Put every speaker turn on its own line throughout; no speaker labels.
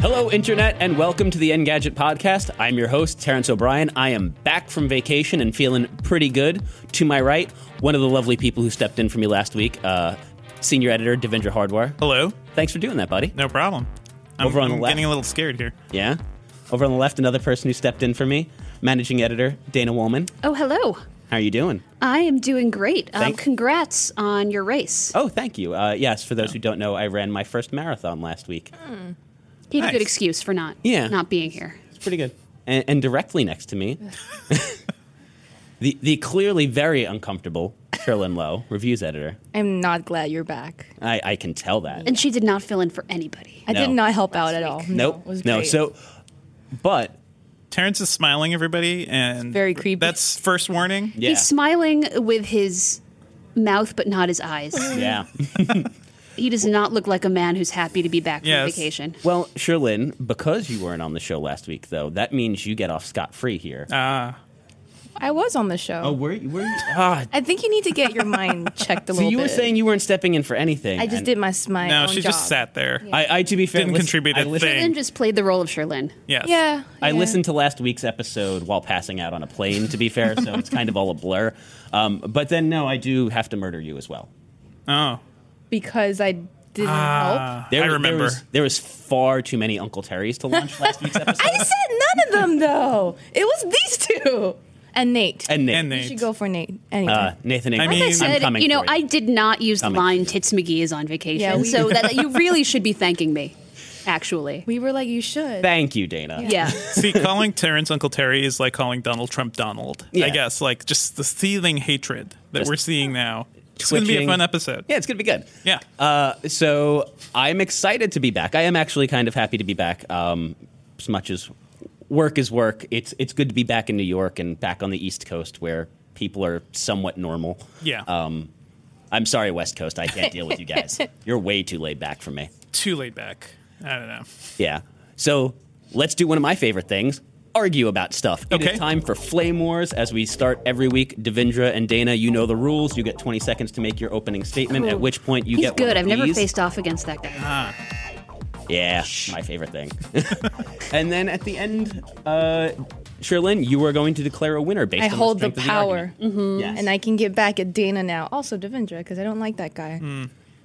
Hello, Internet, and welcome to the Engadget podcast. I'm your host, Terrence O'Brien. I am back from vacation and feeling pretty good. To my right, one of the lovely people who stepped in for me last week, uh, senior editor Devendra Hardware.
Hello.
Thanks for doing that, buddy.
No problem. I'm,
Over on
I'm
left.
getting a little scared here.
Yeah. Over on the left, another person who stepped in for me, managing editor Dana Woolman.
Oh, hello.
How are you doing?
I am doing great. Um,
Thank-
congrats on your race.
Oh, thank you. Uh, yes, for those who don't know, I ran my first marathon last week.
you had a
nice.
good excuse for not
Yeah.
not being here.
It's pretty good. And, and directly next to me, the the clearly very uncomfortable Sherlyn Lowe, reviews editor.
I'm not glad you're back.
I, I can tell that.
And she did not fill in for anybody.
I
No.
did not help out at all.
nope.
It was
no.
great.
So, but
Terrence is smiling, everybody, and
very creepy.
That's first warning.
yeah,
He's smiling with his mouth but not his eyes.
yeah.
he does not look like a man who's happy to be back from
Yes.
vacation.
well, Sherlyn, because you weren't on the show last week, though, that means you get off scot free here.
Ah,
I was on the show.
were you? Were you? Ah,
I think you need to get your mind checked a
so
little
you
bit.
were saying you weren't stepping in for anything.
I just
and
did my my
No,
own
she just
job.
sat there.
I, I to be fair,
Didn't
listen-
contribute
I
a
listened-
thing.
Then just played the role of Sherlyn.
Yes.
Yeah,
I
yeah.
listened to last week's episode while passing out on a plane, to be fair, so it's kind of all a blur. Um, but then, no, I do have to murder you as well.
Oh.
because I didn't
Ah.
help.
There,
I
There
remember.
was, there was far too many Uncle Terry's to launch last week's episode.
I said none of them though. It was these two and Nate.
and Nate.
And
you
Nate.
should go for Nate. Anyway,
Uh, Nathan
I
Ingram.
mean-
I
I'm
said,
coming
you know,
for you.
I did not use
Coming
the line
for you.
"Tits McGee is on vacation,"
Yeah, we-
so that, you really should be thanking me. Actually,
we were like, you should.
Thank you, Dana.
yeah.
See, calling Terrence Uncle Terry is like calling Donald Trump Donald.
Yeah.
I guess, like just the seething hatred that
Just
we're seeing now. It's going to be a
twitching.
fun episode.
Yeah, it's going to be good.
Yeah.
Uh, so I'm excited to be back. I am actually kind of happy to be back. Um, as much as work is work, it's, it's good to be back in New York and back on the East Coast where people are somewhat normal.
Yeah.
Um, I'm sorry, West Coast. I can't deal with you guys. You're way too laid back for me.
Too laid back. I don't know.
Yeah. So let's do one of my favorite things argue about stuff. It
Okay.
is time for Flame Wars as we start every week. Devendra and Dana, you know the rules. You get 20 seconds to make your opening statement, at which point you
He's
get one
good.
of
I've never
these.
faced off against that guy.
Yeah, my favorite thing. and then at the end, uh, Sherlyn, you are going to declare a winner based
I
on the
hold the
strength of
power,
The mm-hmm. yes.
and I can get back at Dana now. Also, Devendra, because I don't like that guy.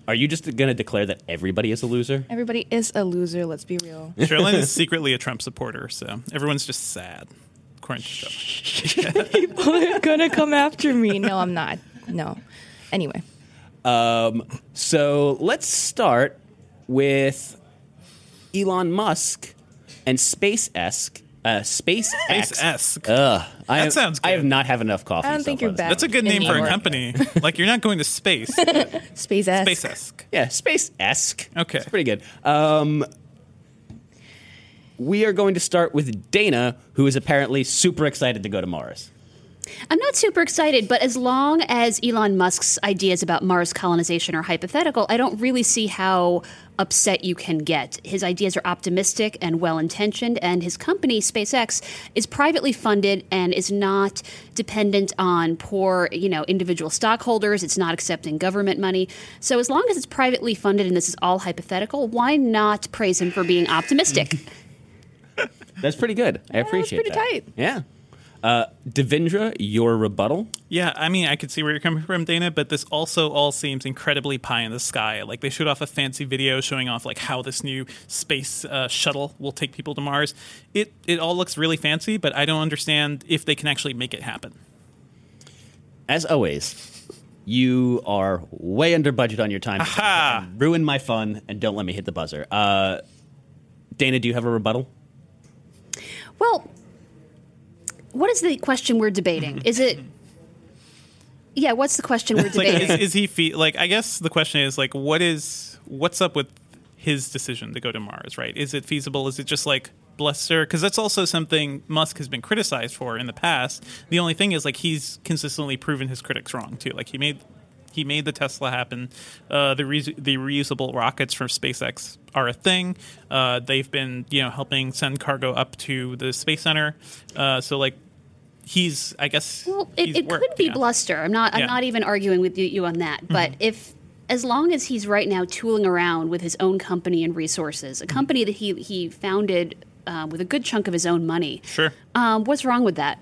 Are you just going to declare that everybody is a loser?
Everybody is a loser. Let's be real.
Sherlyn is secretly a Trump supporter, so everyone's just sad. According to Sherlyn.
People are gonna come after me. No, I'm not. No. Anyway,
So let's start with Elon Musk and SpaceX. Uh, SpaceX.
Space-esque.
I,
That sounds
I have
good.
not have enough coffee.
I don't
so
think
far
you're
this
bad.
That's a good name for a
Anymore.
company. like you're not going to space.
space ass.
Space esque.
Yeah, space esque.
Okay.
It's pretty good. Um, we are going to start with Dana, who is apparently super excited to go to Mars.
I'm not super excited, but as long as Elon Musk's ideas about Mars colonization are hypothetical, I don't really see how upset you can get. His ideas are optimistic and well intentioned, and his company, SpaceX, is privately funded and is not dependent on poor, you know, individual stockholders. It's not accepting government money. So as long as it's privately funded and this is all hypothetical, why not praise him for being optimistic?
That's pretty good. I
was
appreciate
pretty
that.
tight.
Yeah. Uh, Devendra, your rebuttal.
Yeah, I mean, I could see where you're coming from, Dana, but this also all seems incredibly pie in the sky. Like they showed off a fancy video showing off like how this new space uh, shuttle will take people to Mars. It it all looks really fancy, but I don't understand if they can actually make it happen.
As always, You are way under budget on your time. And Ruin my fun and don't let me hit the buzzer. Uh, Dana, do you have a rebuttal?
Well, what is the question we're debating? Is it? Yeah, what's the question we're
like
debating?
is, is he fe- like i guess the question is like what is what's up with his decision to go to mars right is it feasible is it just like bless her because that's also something musk has been criticized for in the past the only thing is like he's consistently proven his critics wrong too like he made he made the Tesla happen. Uh, the re- the reusable rockets from SpaceX are a thing. Uh, they've been you know helping send cargo up to the space center. Uh, so like he's I guess
Well, it,
he's
it
worked,
could be
yeah.
bluster. I'm not. I'm
Yeah. Mm-hmm.
not even arguing with you, you on that. But if, as long as he's right now tooling around with his own company and resources, a
Mm-hmm.
company that he he founded uh, with a good chunk of his own money.
Sure.
Um, what's wrong with that?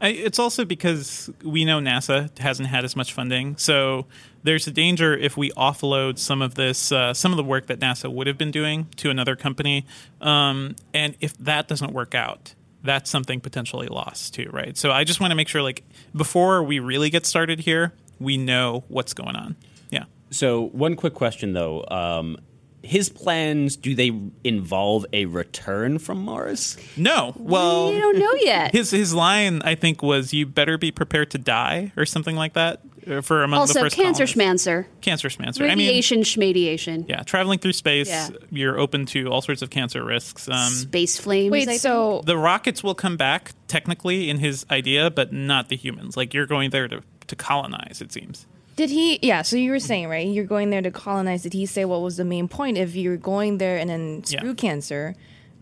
I, it's also because we know NASA hasn't had as much funding, so there's a danger if we offload some of this, uh, some of the work that NASA would have been doing to another company, um, and if that doesn't work out, that's something potentially lost too, right? So I just want to make sure, like, before we really get started here, we know what's going on. Yeah.
So, one quick question though. Um, his plans do they involve a return from Mars?
No. Well,
You don't know yet.
his his line I think was, "You better be prepared to die" or something like that uh, for among the
also,
first
cancer
colonists.
schmancer,
Cancer schmancer. I mean,
radiation schmadiation,
Yeah, traveling through space,
Yeah.
you're open to all sorts of cancer risks. Um,
space flames. I
Wait,
think.
so
the rockets will come back technically in his idea, but not the humans. Like you're going there to, to colonize, it seems.
did he? Yeah, so you were saying right, you're going there to colonize. Did he say what was the main point? If you're going there and then
Yeah.
screw cancer,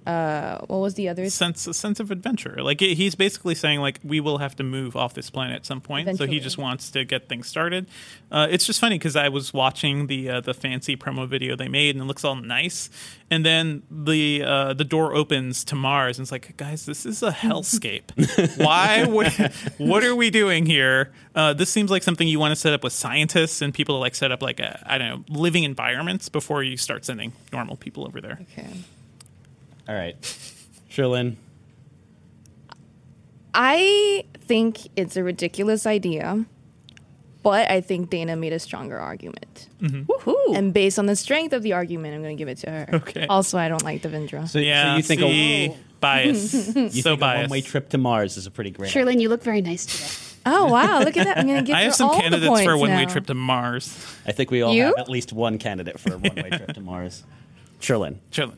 uh, what was the other?
Sense a sense of adventure. Like it- he's basically saying, like we will have to move off this planet at some point. So he
Eventually.
just wants to get things started. Uh, it's just funny because I was watching the uh, the fancy promo video they made, and it looks all nice. And then the uh, the door opens to Mars, and it's like, guys, this is a hellscape. Why? What, what are we doing here? Uh, this seems like something you want to set up with scientists and people to like set up like a I don't know living environments before you start sending normal people over there.
Okay.
All right, Sherlyn.
I think it's a ridiculous idea, but I think Dana made a stronger argument.
Mm-hmm.
Woohoo.
And based on the strength of the argument, I'm going to give it to her.
Okay.
Also, I don't like Devendra.
So,
Yeah,
so you think
see,
a,
bias,
you
so
think a one-way
biased.
trip to Mars is a pretty great. idea.
Shirlene, you look very nice today.
oh wow, look at that! I'm going to give
I
her
have some
all the
candidates for a
points
one-way
now.
trip to Mars.
I think we all
You?
have at least one candidate for a one-way trip to Mars. Sherlyn.
Chilling.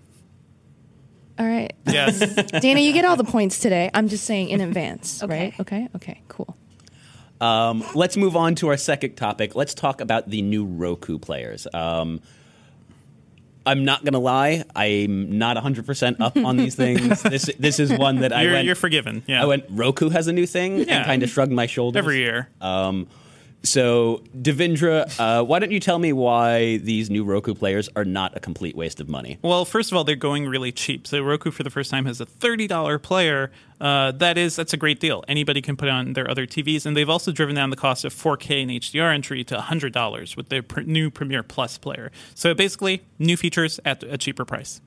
All right,
Yes.
Dana, you get all the points today. I'm just saying in advance, right? Okay, okay, cool.
let's move on to our second topic. Let's talk about the new Roku players. Um, I'm not gonna lie. I'm not 100 percent up on these things. This this is one that I
you're,
went.
you're forgiven. Yeah.
I went. Roku has a new thing, and
Yeah.
kind of shrugged my shoulders
every year.
Um, so Devendra, uh, why don't you tell me why these new Roku players are not a complete waste of money?
Well, first of all, they're going really cheap. So Roku, for the first time, has a thirty dollar player. Uh, that is, that's a great deal. Anybody can put it on their other TVs, and they've also driven down the cost of 4K and HDR entry to hundred dollars with their pr- new Premiere Plus player. So basically, new features at a cheaper price.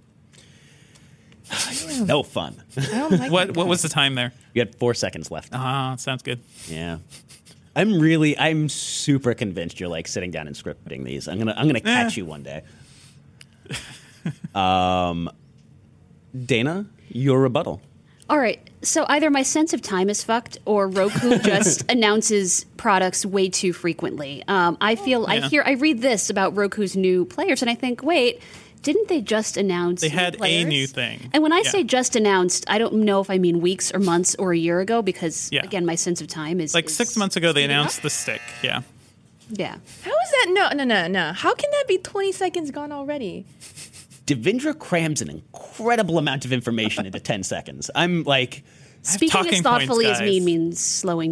No fun.
I don't like
What
it.
what was the time there?
you had four seconds left.
Ah, sounds good.
Yeah. I'm really, I'm super convinced you're like sitting down and scripting these. I'm gonna, I'm gonna
Eh.
catch you one day. Um, Dana, your rebuttal.
All right. So either my sense of time is fucked, or Roku just announces products way too frequently. Um, I feel I
Oh, Yeah.
hear I read this about Roku's new players, and I think, wait, didn't they just announce?
They
new
had a
players?
new thing.
And when I
Yeah.
say just announced, I don't know if I mean weeks or months or a year ago, because
Yeah.
again, my sense of time is
Like
is-
six months ago, they announced the stick. Yeah.
Yeah.
How is that? No, no, no, no. How can that be 20 seconds gone already?
Devendra crams an incredible amount of information into 10 seconds. I'm like,
Speaking
talking
as thoughtfully
points,
as me
guys.
means slowing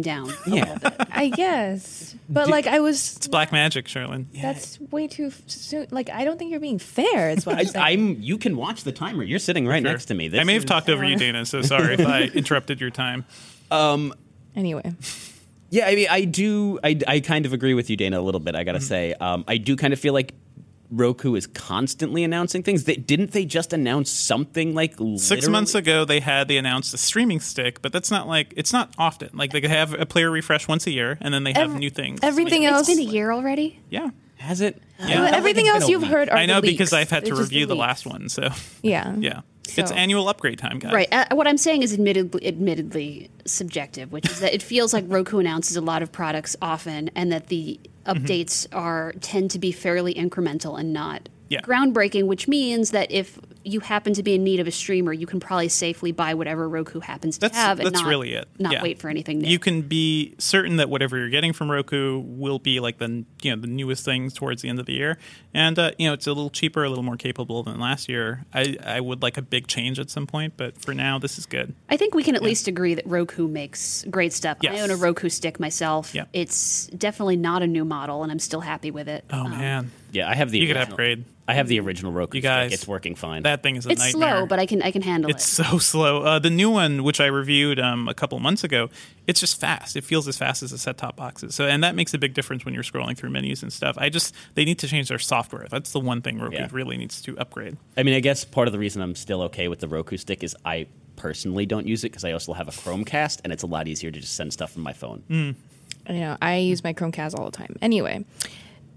down.
yeah.
I guess, but like I was.
It's black magic, Sherlyn.
That's way too f- soon. Like I don't think you're being fair. Is what I'm
I,
saying.
I'm, you can watch the timer. You're sitting right
Sure.
next to me.
I may have
is-
talked over you, Dana. So sorry if I interrupted your time.
Anyway,
Mm-hmm.
Yeah, I mean, I do. I, I kind of agree with you, Dana, a little bit. I gotta say, um, I do kind of feel like Roku is constantly announcing things. They, didn't they just announce something like
Six months ago, they had they announced a streaming stick, but that's not like it's not often. Like they have a player refresh once a year, and then they have
Ev-
new things.
everything
Like,
else-
It's been a year already.
yeah,
Has it?
Yeah.
Well,
I felt like
Uh, everything else you've heard are
I know
the
because I've
leaks.
had to
They're just
review the
leaks.
last one. So
Yeah.
yeah, it's
So-
annual upgrade time, guys.
Right. Uh, what I'm saying is admittedly, admittedly subjective, which is that it feels like Roku announces a lot of products often, and that the
Mm-hmm.
updates are tend to be fairly incremental and not
Yeah.
groundbreaking. Which means that if you happen to be in need of a streamer, you can probably safely buy whatever Roku happens to
That's
have, and
that's
not,
really it.
Not
Yeah.
wait for anything new.
You can be certain that whatever you're getting from Roku will be like the you know the newest things towards the end of the year, and uh, you know it's a little cheaper, a little more capable than last year. I I would like a big change at some point, but for now this is good.
I think we can at least agree that Roku makes great stuff. I
Yes.
own a Roku stick myself.
Yeah.
It's definitely not a new model, and I'm still happy with it. Uh,
Oh man,
Yeah, I have the.
You could
original-
upgrade.
I have the original Roku.
You guys-
stick. it's working fine.
that thing is a
it's
nightmare.
slow, but I can I can handle
It's
it.
so slow. Uh, the new one, which I reviewed um, a couple months ago, it's just fast. It feels as fast as the set-top boxes. So, and that makes a big difference when you're scrolling through menus and stuff. I just they need to change their software. That's the one thing Roku
Yeah.
really needs to upgrade.
I mean, I guess part of the reason I'm still okay with the Roku stick is I personally don't use it because I also have a Chromecast, and it's a lot easier to just send stuff from my phone.
Mm.
You know, I use my Chromecast all the time. Anyway,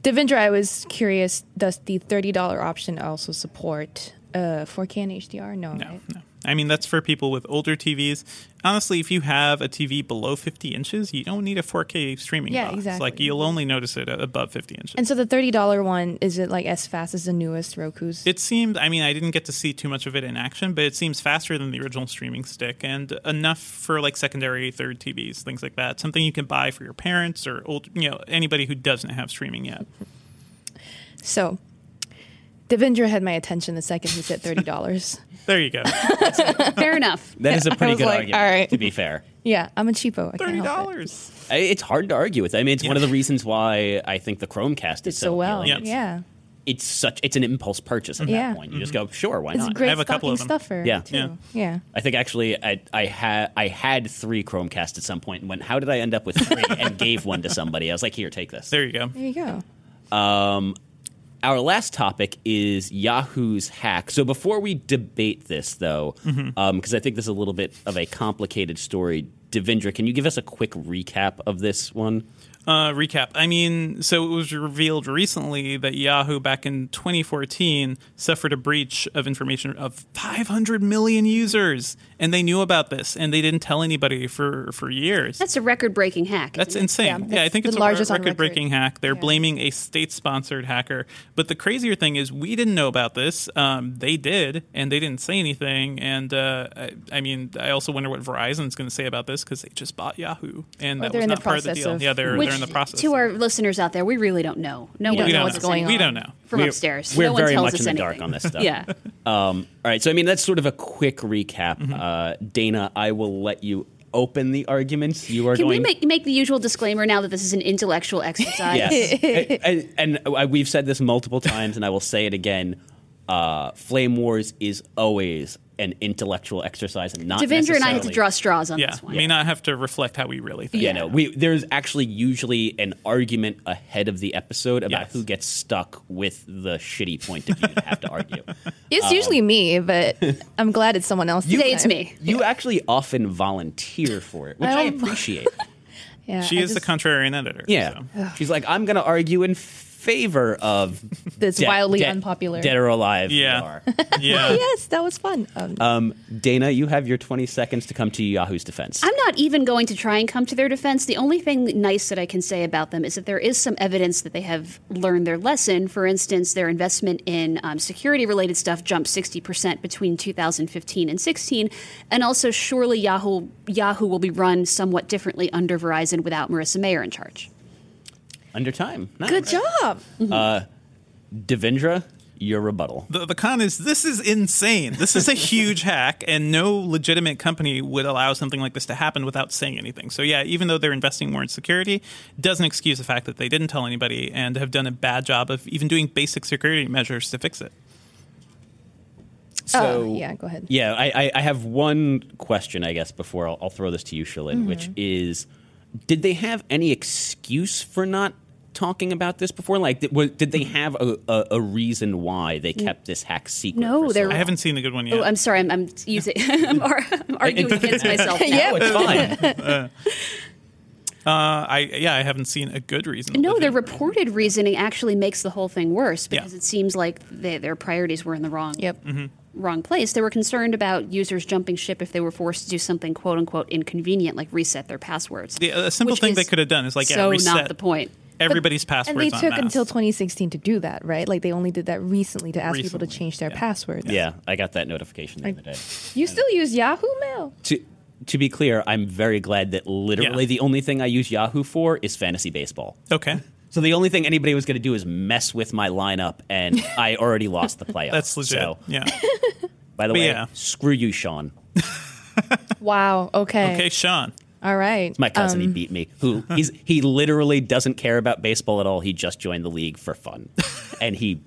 Devendra, I was curious. Does the thirty dollar option also support uh, 4K and HDR? No,
No,
right?
no. I mean, that's for people with older TVs. Honestly, if you have a TV below 50 inches, you don't need a 4K streaming
Yeah,
box.
exactly.
Like you'll only notice it above 50 inches.
And so the thirty dollar one is it like as fast as the newest Roku's?
It seemed, I mean, I didn't get to see too much of it in action, but it seems faster than the original streaming stick and enough for like secondary, third TVs, things like that. Something you can buy for your parents or old, you know, anybody who doesn't have streaming yet.
so Devendra had my attention the second he said thirty dollars.
There you go.
Fair enough.
That is a pretty
was
good
like,
argument.
all right.
To be fair,
yeah, I'm a cheapo. I can't
Thirty
help it.
dollars.
I- it's hard to argue with. I mean, it's one of the reasons why I think the Chromecast is
It's so well.
appealing.
Yeah.
Yeah,
It's such. It's an impulse purchase at
Yeah.
that point. You just
Mm-hmm.
go, sure, why
it's
not?
a great
have a couple
stocking
of them.
stuffer.
Yeah.
too.
Yeah.
yeah.
I think actually I I had I had three Chromecast at some point and went, how did I end up with three? and gave one to somebody. I was like, here, take this.
There you go.
There you go.
Our last topic is Yahoo's hack. So before we debate this, though, because
Mm-hmm.
I think this is a little bit of a complicated story, Devendra, can you give us a quick recap of this one?
Uh, recap. I mean, so it was revealed recently that Yahoo back in 2014 suffered a breach of information of 500 million users, and they knew about this and they didn't tell anybody for for years.
That's a record-breaking hack.
That's
isn't it?
insane. Yeah,
that's
I think
the
it's a
largest on record.
record-breaking hack. They're blaming a state-sponsored hacker. But the crazier thing is, we didn't know about this. Um, they did, and they didn't say anything. And uh, I, I mean, I also wonder what Verizon's going to say about this because they just bought Yahoo, and that
they're
was
in the
not part of the
process
deal.
of-
yeah, they're,
Which,
they're in the process.
To our listeners out there, we really don't know. No
we
one
We don't know
knows
don't
what's
know.
going on.
We don't know.
from
We're-
upstairs.
We're
no one
very
tells
much
us
in the
anything.
dark on this stuff.
Yeah.
All right. So, I mean, that's sort of a quick recap. Uh, Dana, I will let you open the arguments. You are
Can
going
we make make the usual disclaimer now that this is an intellectual exercise?
Yes. and, and, and I- we've said this multiple times, and I will say it again. Uh, Flame Wars is always an intellectual exercize, and not
Devendra and I had to
necessarily-
draw straws on
yeah,
this one.
may not have to reflect how we really think.
Yeah, no. We there's actually usually an argument ahead of the episode about
Yes.
who gets stuck with the shitty point of view to have to argue.
It's
Um,
usually me, but I'm glad it's someone else. this
Today it's
time.
me.
You actually often volunteer for it, which I,
I don't-
appreciate.
Yeah,
She
I
is the
just-
contrarian editor.
Yeah,
so.
she's like, I'm going to argue in favor of
That's
dead-
wildly
dead-
unpopular.
dead or alive.
Yeah.
VR.
yeah.
yes, that was fun. Um,
Uh,
Dana, you have your 20 seconds to come to Yahoo's defense.
I'm not even going to try and come to their defense. The only thing nice that I can say about them is that there is some evidence that they have learned their lesson. For instance, their investment in um, security related stuff jumped 60% between 2015 and 16. And also, surely Yahoo, Yahoo will be run somewhat differently under Verizon without Marissa Mayer in charge.
Under time. Nice.
good job.
Devendra, your
Oh,
rebuttal.
The, the con is this is insane. This is a huge hack, and no legitimate company would allow something like this to happen without saying anything. So yeah, even though they're investing more in security, doesn't excuse the fact that they didn't tell anybody and have done a bad job of even doing basic security measures to fix it.
So,
yeah, go ahead.
Yeah, I, I, I have one question, I guess, before
Mm-hmm.
I'll, I'll throw this to you, Shilin, which is did they have any excuse for not talking about this before? Like, did, were- did they have a, a, a reason why they kept this hack secret?
No,
for so
there-
I haven't seen the good one yet.
Oh, I'm sorry. I'm, I'm using. I'm, ar- I'm arguing against myself. Now.
No, it's fine.
Uh, I yeah, I haven't seen a good reason.
No,
with
their
it.
reported reasoning actually makes the whole thing worse
Yeah.
because it seems like they, their priorities were in the wrong
Yep.
Mm-hmm.
wrong place. They were concerned about users jumping ship if they were forced to do something quote unquote inconvenient, like reset their passwords.
Yeah, a uh, simple
which
thing
is
they could have done is like yeah,
so
reset
not the point.
Everybody's passwords
And they
on
took
mass.
until 2016 to do that, right? Like they only did that recently to ask people to
Recently,
change their
yeah.
passwords.
yeah, I got that notification the other day.
You still use Yahoo Mail?
To to be clear, I'm very glad that literally
Yeah.
the only thing I use Yahoo for is fantasy baseball.
okay.
So the only thing anybody was going to do is mess with my lineup, and I already lost the playoff.
That's legit.
So,
Yeah.
by the
But
way,
yeah.
screw you, Sean.
Wow. Okay.
Okay, Sean.
All right. Um,
My cousin, he beat me. Who he's he literally doesn't care about baseball at all. He just joined the league for fun, and he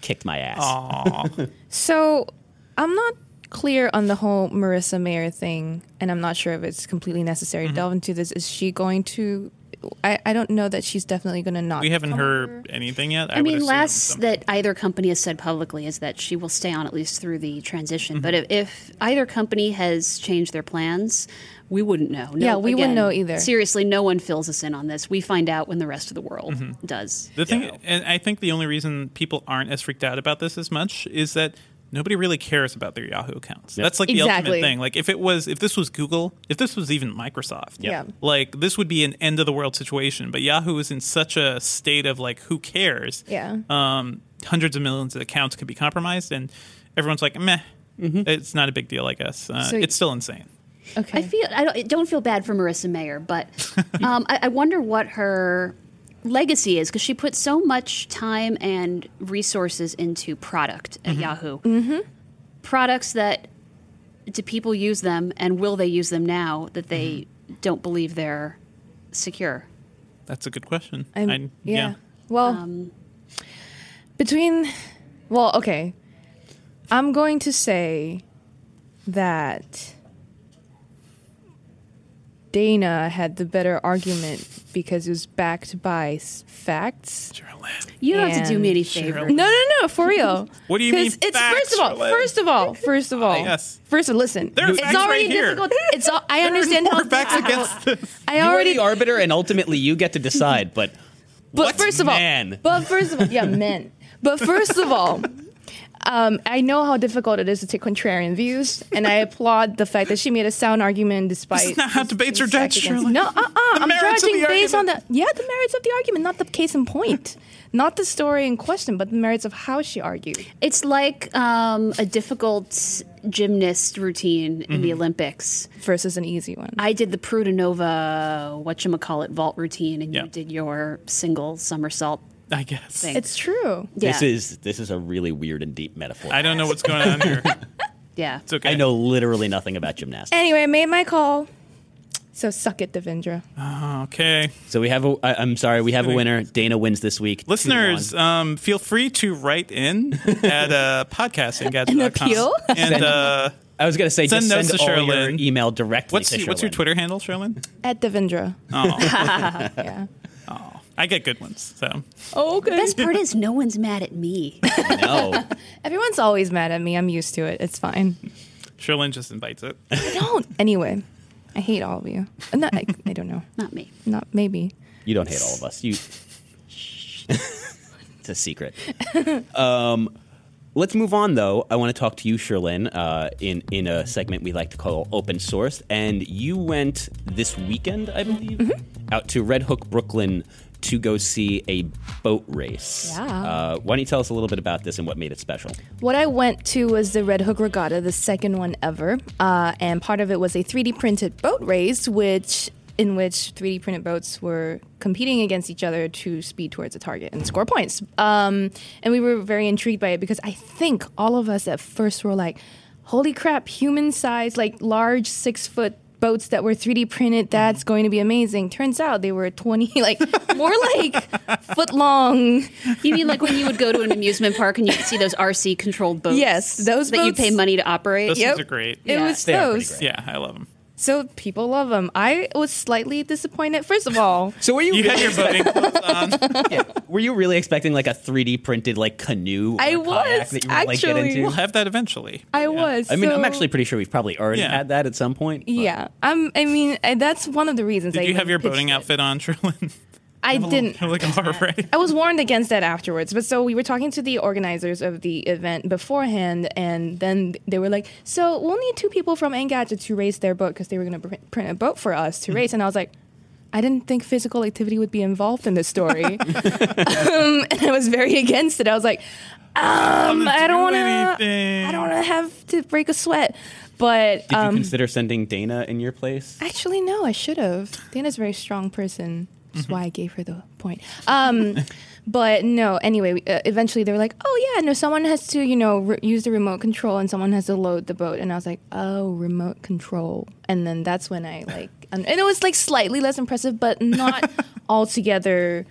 kicked my ass.
So I'm not clear on the whole Marissa Mayer thing, and I'm not sure if it's completely necessary
Mm-hmm.
to delve into this. Is she going to? I, I don't know that she's definitely going to not.
We haven't
come
heard anything yet. I,
I
would
mean,
assume
last
some-
that either company has said publicly is that she will stay on at least through the
Mm-hmm.
transition. But if, if either company has changed their plans, we wouldn't know. No,
Yeah, we wouldn't
again,
know either.
Seriously, no one fills us in on this. We find out when the rest of the world does.
Mm-hmm. The thing, and I think the only reason people aren't as freaked out about this as much is that nobody really cares about their Yahoo accounts. That's like the
Exactly.
ultimate thing. Like if it was, if this was Google, if this was even Microsoft,
Yeah.
like this would be an end of the world situation. But Yahoo is in such a state of like, who cares?
Yeah.
Um, hundreds of millions of accounts could be compromised, and everyone's like, meh, it's not a big deal, I guess. Uh,
So-
it's still insane.
Okay.
I feel I don't, I don't feel bad for Marissa Mayer, but um, I, I wonder what her legacy is because she put so much time and resources into product at Yahoo. Mm-hmm. Products that do people use them, and will they use them now that they don't believe they're secure?
That's a good question.
I'm-
I-
yeah. Well,
Um,
between, well, okay. I'm going to say that Dana had the better argument because it was backed by s- facts.
Charlotte.
You don't have to do me any
And-
favors.
No, no, no, for real.
What do you mean
'Cause It's
facts,
first of all,
Charlotte? Ah,
first of all, first of all,
yes.
First, of- listen,
There are
it's
facts
already
right here.
difficult. It's all, I understand how
More facts against this.
I
You are
already
the arbiter, and ultimately you get to decide. But
But
What's
first of all,
man?
but first of all, yeah, men. But first of all, um, I know how difficult it is to take contrarian views, and I applaud the fact that she made a sound argument despite.
This is not how
this
debates
being
are judged,
stacked against-
Shirley.
No, uh, uh-uh,
The
I'm
merits of
judging
the
based on the
argument.
yeah, the merits of the argument, not the case in point, not the story in question, but the merits of how she argued.
It's like um, a difficult gymnast routine in the Olympics.
Versus an easy one.
I did the Prudenova, whatchamacallit, vault routine, and
Yeah.
you did your single somersault.
I guess.
Thank-
it's true.
Yeah.
this is this is a really weird and deep metaphor.
I don't know what's going on here. It's
Yeah.
okay.
I know literally nothing about gymnastics.
Anyway, I made my call. So suck it, Devendra.
Okay.
So we have a. I, I'm sorry, we have a winner. Dana wins this week. Two
Listeners,
one.
um, feel free to write in at uh, podcastinggadget.com.
An appeal?
And uh,
I was gonna say
send
just
notes
send
to
all your
Sherilyn.
email directly.
what's,
to
what's your
Sherilyn.
Twitter handle, Sherlyn?
At Devendra. Oh. yeah.
I get good ones. So
Okay.
Best part is no one's mad at me.
No,
Everyone's always mad at me. I'm used to it. It's fine.
Sherlyn just invites it.
I don't. Anyway, I hate all of you. Uh, Not, I, I don't know.
Not me.
Not maybe.
you don't hate all of us. You. it's a secret. Um, let's move on, though. I want to talk to you, Sherlyn, uh, in in a segment we like to call open source. And you went this weekend, I believe,
Mm-hmm.
out to Red Hook, Brooklyn. To go see a boat race.
Yeah.
Uh, why don't you tell us a little bit about this and what made it special?
What I went to was the Red Hook Regatta, the second one ever, uh, and part of it was a 3D printed boat race, which in which 3D printed boats were competing against each other to speed towards a target and score points. Um, and we were very intrigued by it because I think all of us at first were like, "Holy crap! Human size, like large six foot." Boats that were 3D printed, that's going to be amazing. Turns out they were 20, like more like foot long
You mean like when you would go to an amusement park and you could see those RC controlled boats?
Yes, those
that you
boats-
pay money to operate.
Those
Yep.
things are great.
It was
They are pretty
those.
great.
Yeah, I love them.
So people love them. I was slightly disappointed. First of all,
So were you?
You had
really,
your voting clothes on.
were you really expecting like a 3D printed like canoe? Or
I
kayak
was,
that you would, like, get
actually.
into?
We'll have that eventually.
I was.
I mean, I'm
so-
actually pretty sure we've probably already
Yeah.
had that at some point. but-
Yeah, um, I mean I, that's one of the reasons. I
Did you
even
have your
pitched
boating
it.
outfit on, Trillen?
I didn't. Oh.
Kind of like a horror, right?
I was warned against that afterwards. But so we were talking to the organizers of the event beforehand, and then they were like, "So we'll need two people from Engadget to race their boat because they were going to print a boat for us
Mm-hmm.
to race." And I was like, "I didn't think physical activity would be involved in this story," um, and I was very against it. I was like, um, "I don't
do
want to.
anything."
I don't want to have to break a sweat." But
Did
um,
you consider sending Dana in your place?
Actually, no, I should have. Dana's a very strong person.
Mm-hmm.
That's why I gave her the point. Um, but no, anyway, we, uh, eventually they were like, oh, yeah, no, someone has to, you know, re- use the remote control and someone has to load the boat. And I was like, oh, remote control. And then that's when I like, and and it was like slightly less impressive, but not altogether,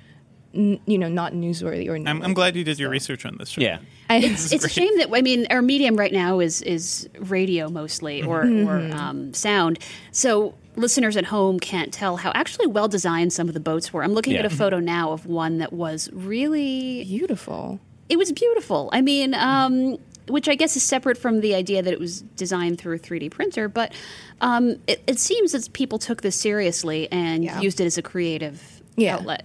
n- you know, not newsworthy or
I'm, I'm glad you did your research on this. Trillen.
Yeah.
I,
it's a shame that I mean our medium right now is is radio mostly or,
Mm-hmm.
or um, sound, so listeners at home can't tell how actually well designed some of the boats were. I'm looking
Yeah.
at a photo now of one that was really
beautiful.
it was beautiful. I mean, um, which I guess is separate from the idea that it was designed through a 3D printer, but um, it, it seems that people took this seriously and
Yeah.
used it as a creative
Yeah.
outlet.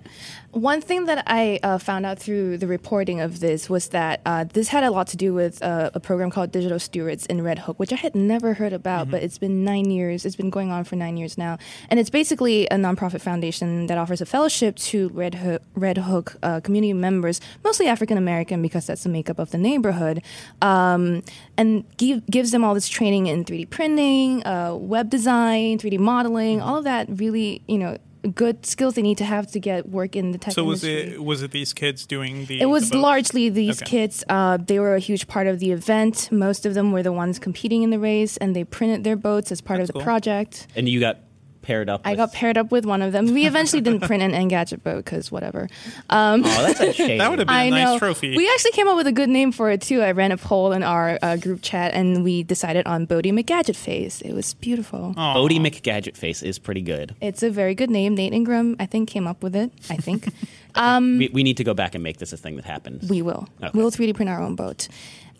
One thing that I uh, found out through the reporting of this was that uh, this had a lot to do with uh, a program called Digital Stewards in Red Hook, which I had never heard about, but it's been nine years. It's been going on for nine years now. And it's basically a nonprofit foundation that offers a fellowship to Red Hook, Red Hook uh, community members, mostly African American, because that's the makeup of the neighborhood, um, and give, gives them all this training in 3D printing, uh, web design, 3D modeling, all of that really, you know, good skills they need to have to get work in the tech
So was
industry.
it was it these kids doing the?
It was
the boats?
largely these
Okay.
kids. Uh, they were a huge part of the event. Most of them were the ones competing in the race, and they printed their boats as part of the
cool.
project.
And you got paired up.
I
with-
got paired up with one of them. We eventually didn't print an Engadget boat because whatever. Um,
Oh, that's a shame.
That would have been a
I
nice
know.
trophy.
We actually came up with a good name for it too. I ran a poll in our uh, group chat, and we decided on Bodie McGadget Face. It was beautiful.
Bodie McGadget face is pretty good.
It's a very good name. Nate Ingram, I think, came up with it. I think.
we, we need to go back and make this a thing that happens.
We will.
Okay.
We'll 3D print our own boat.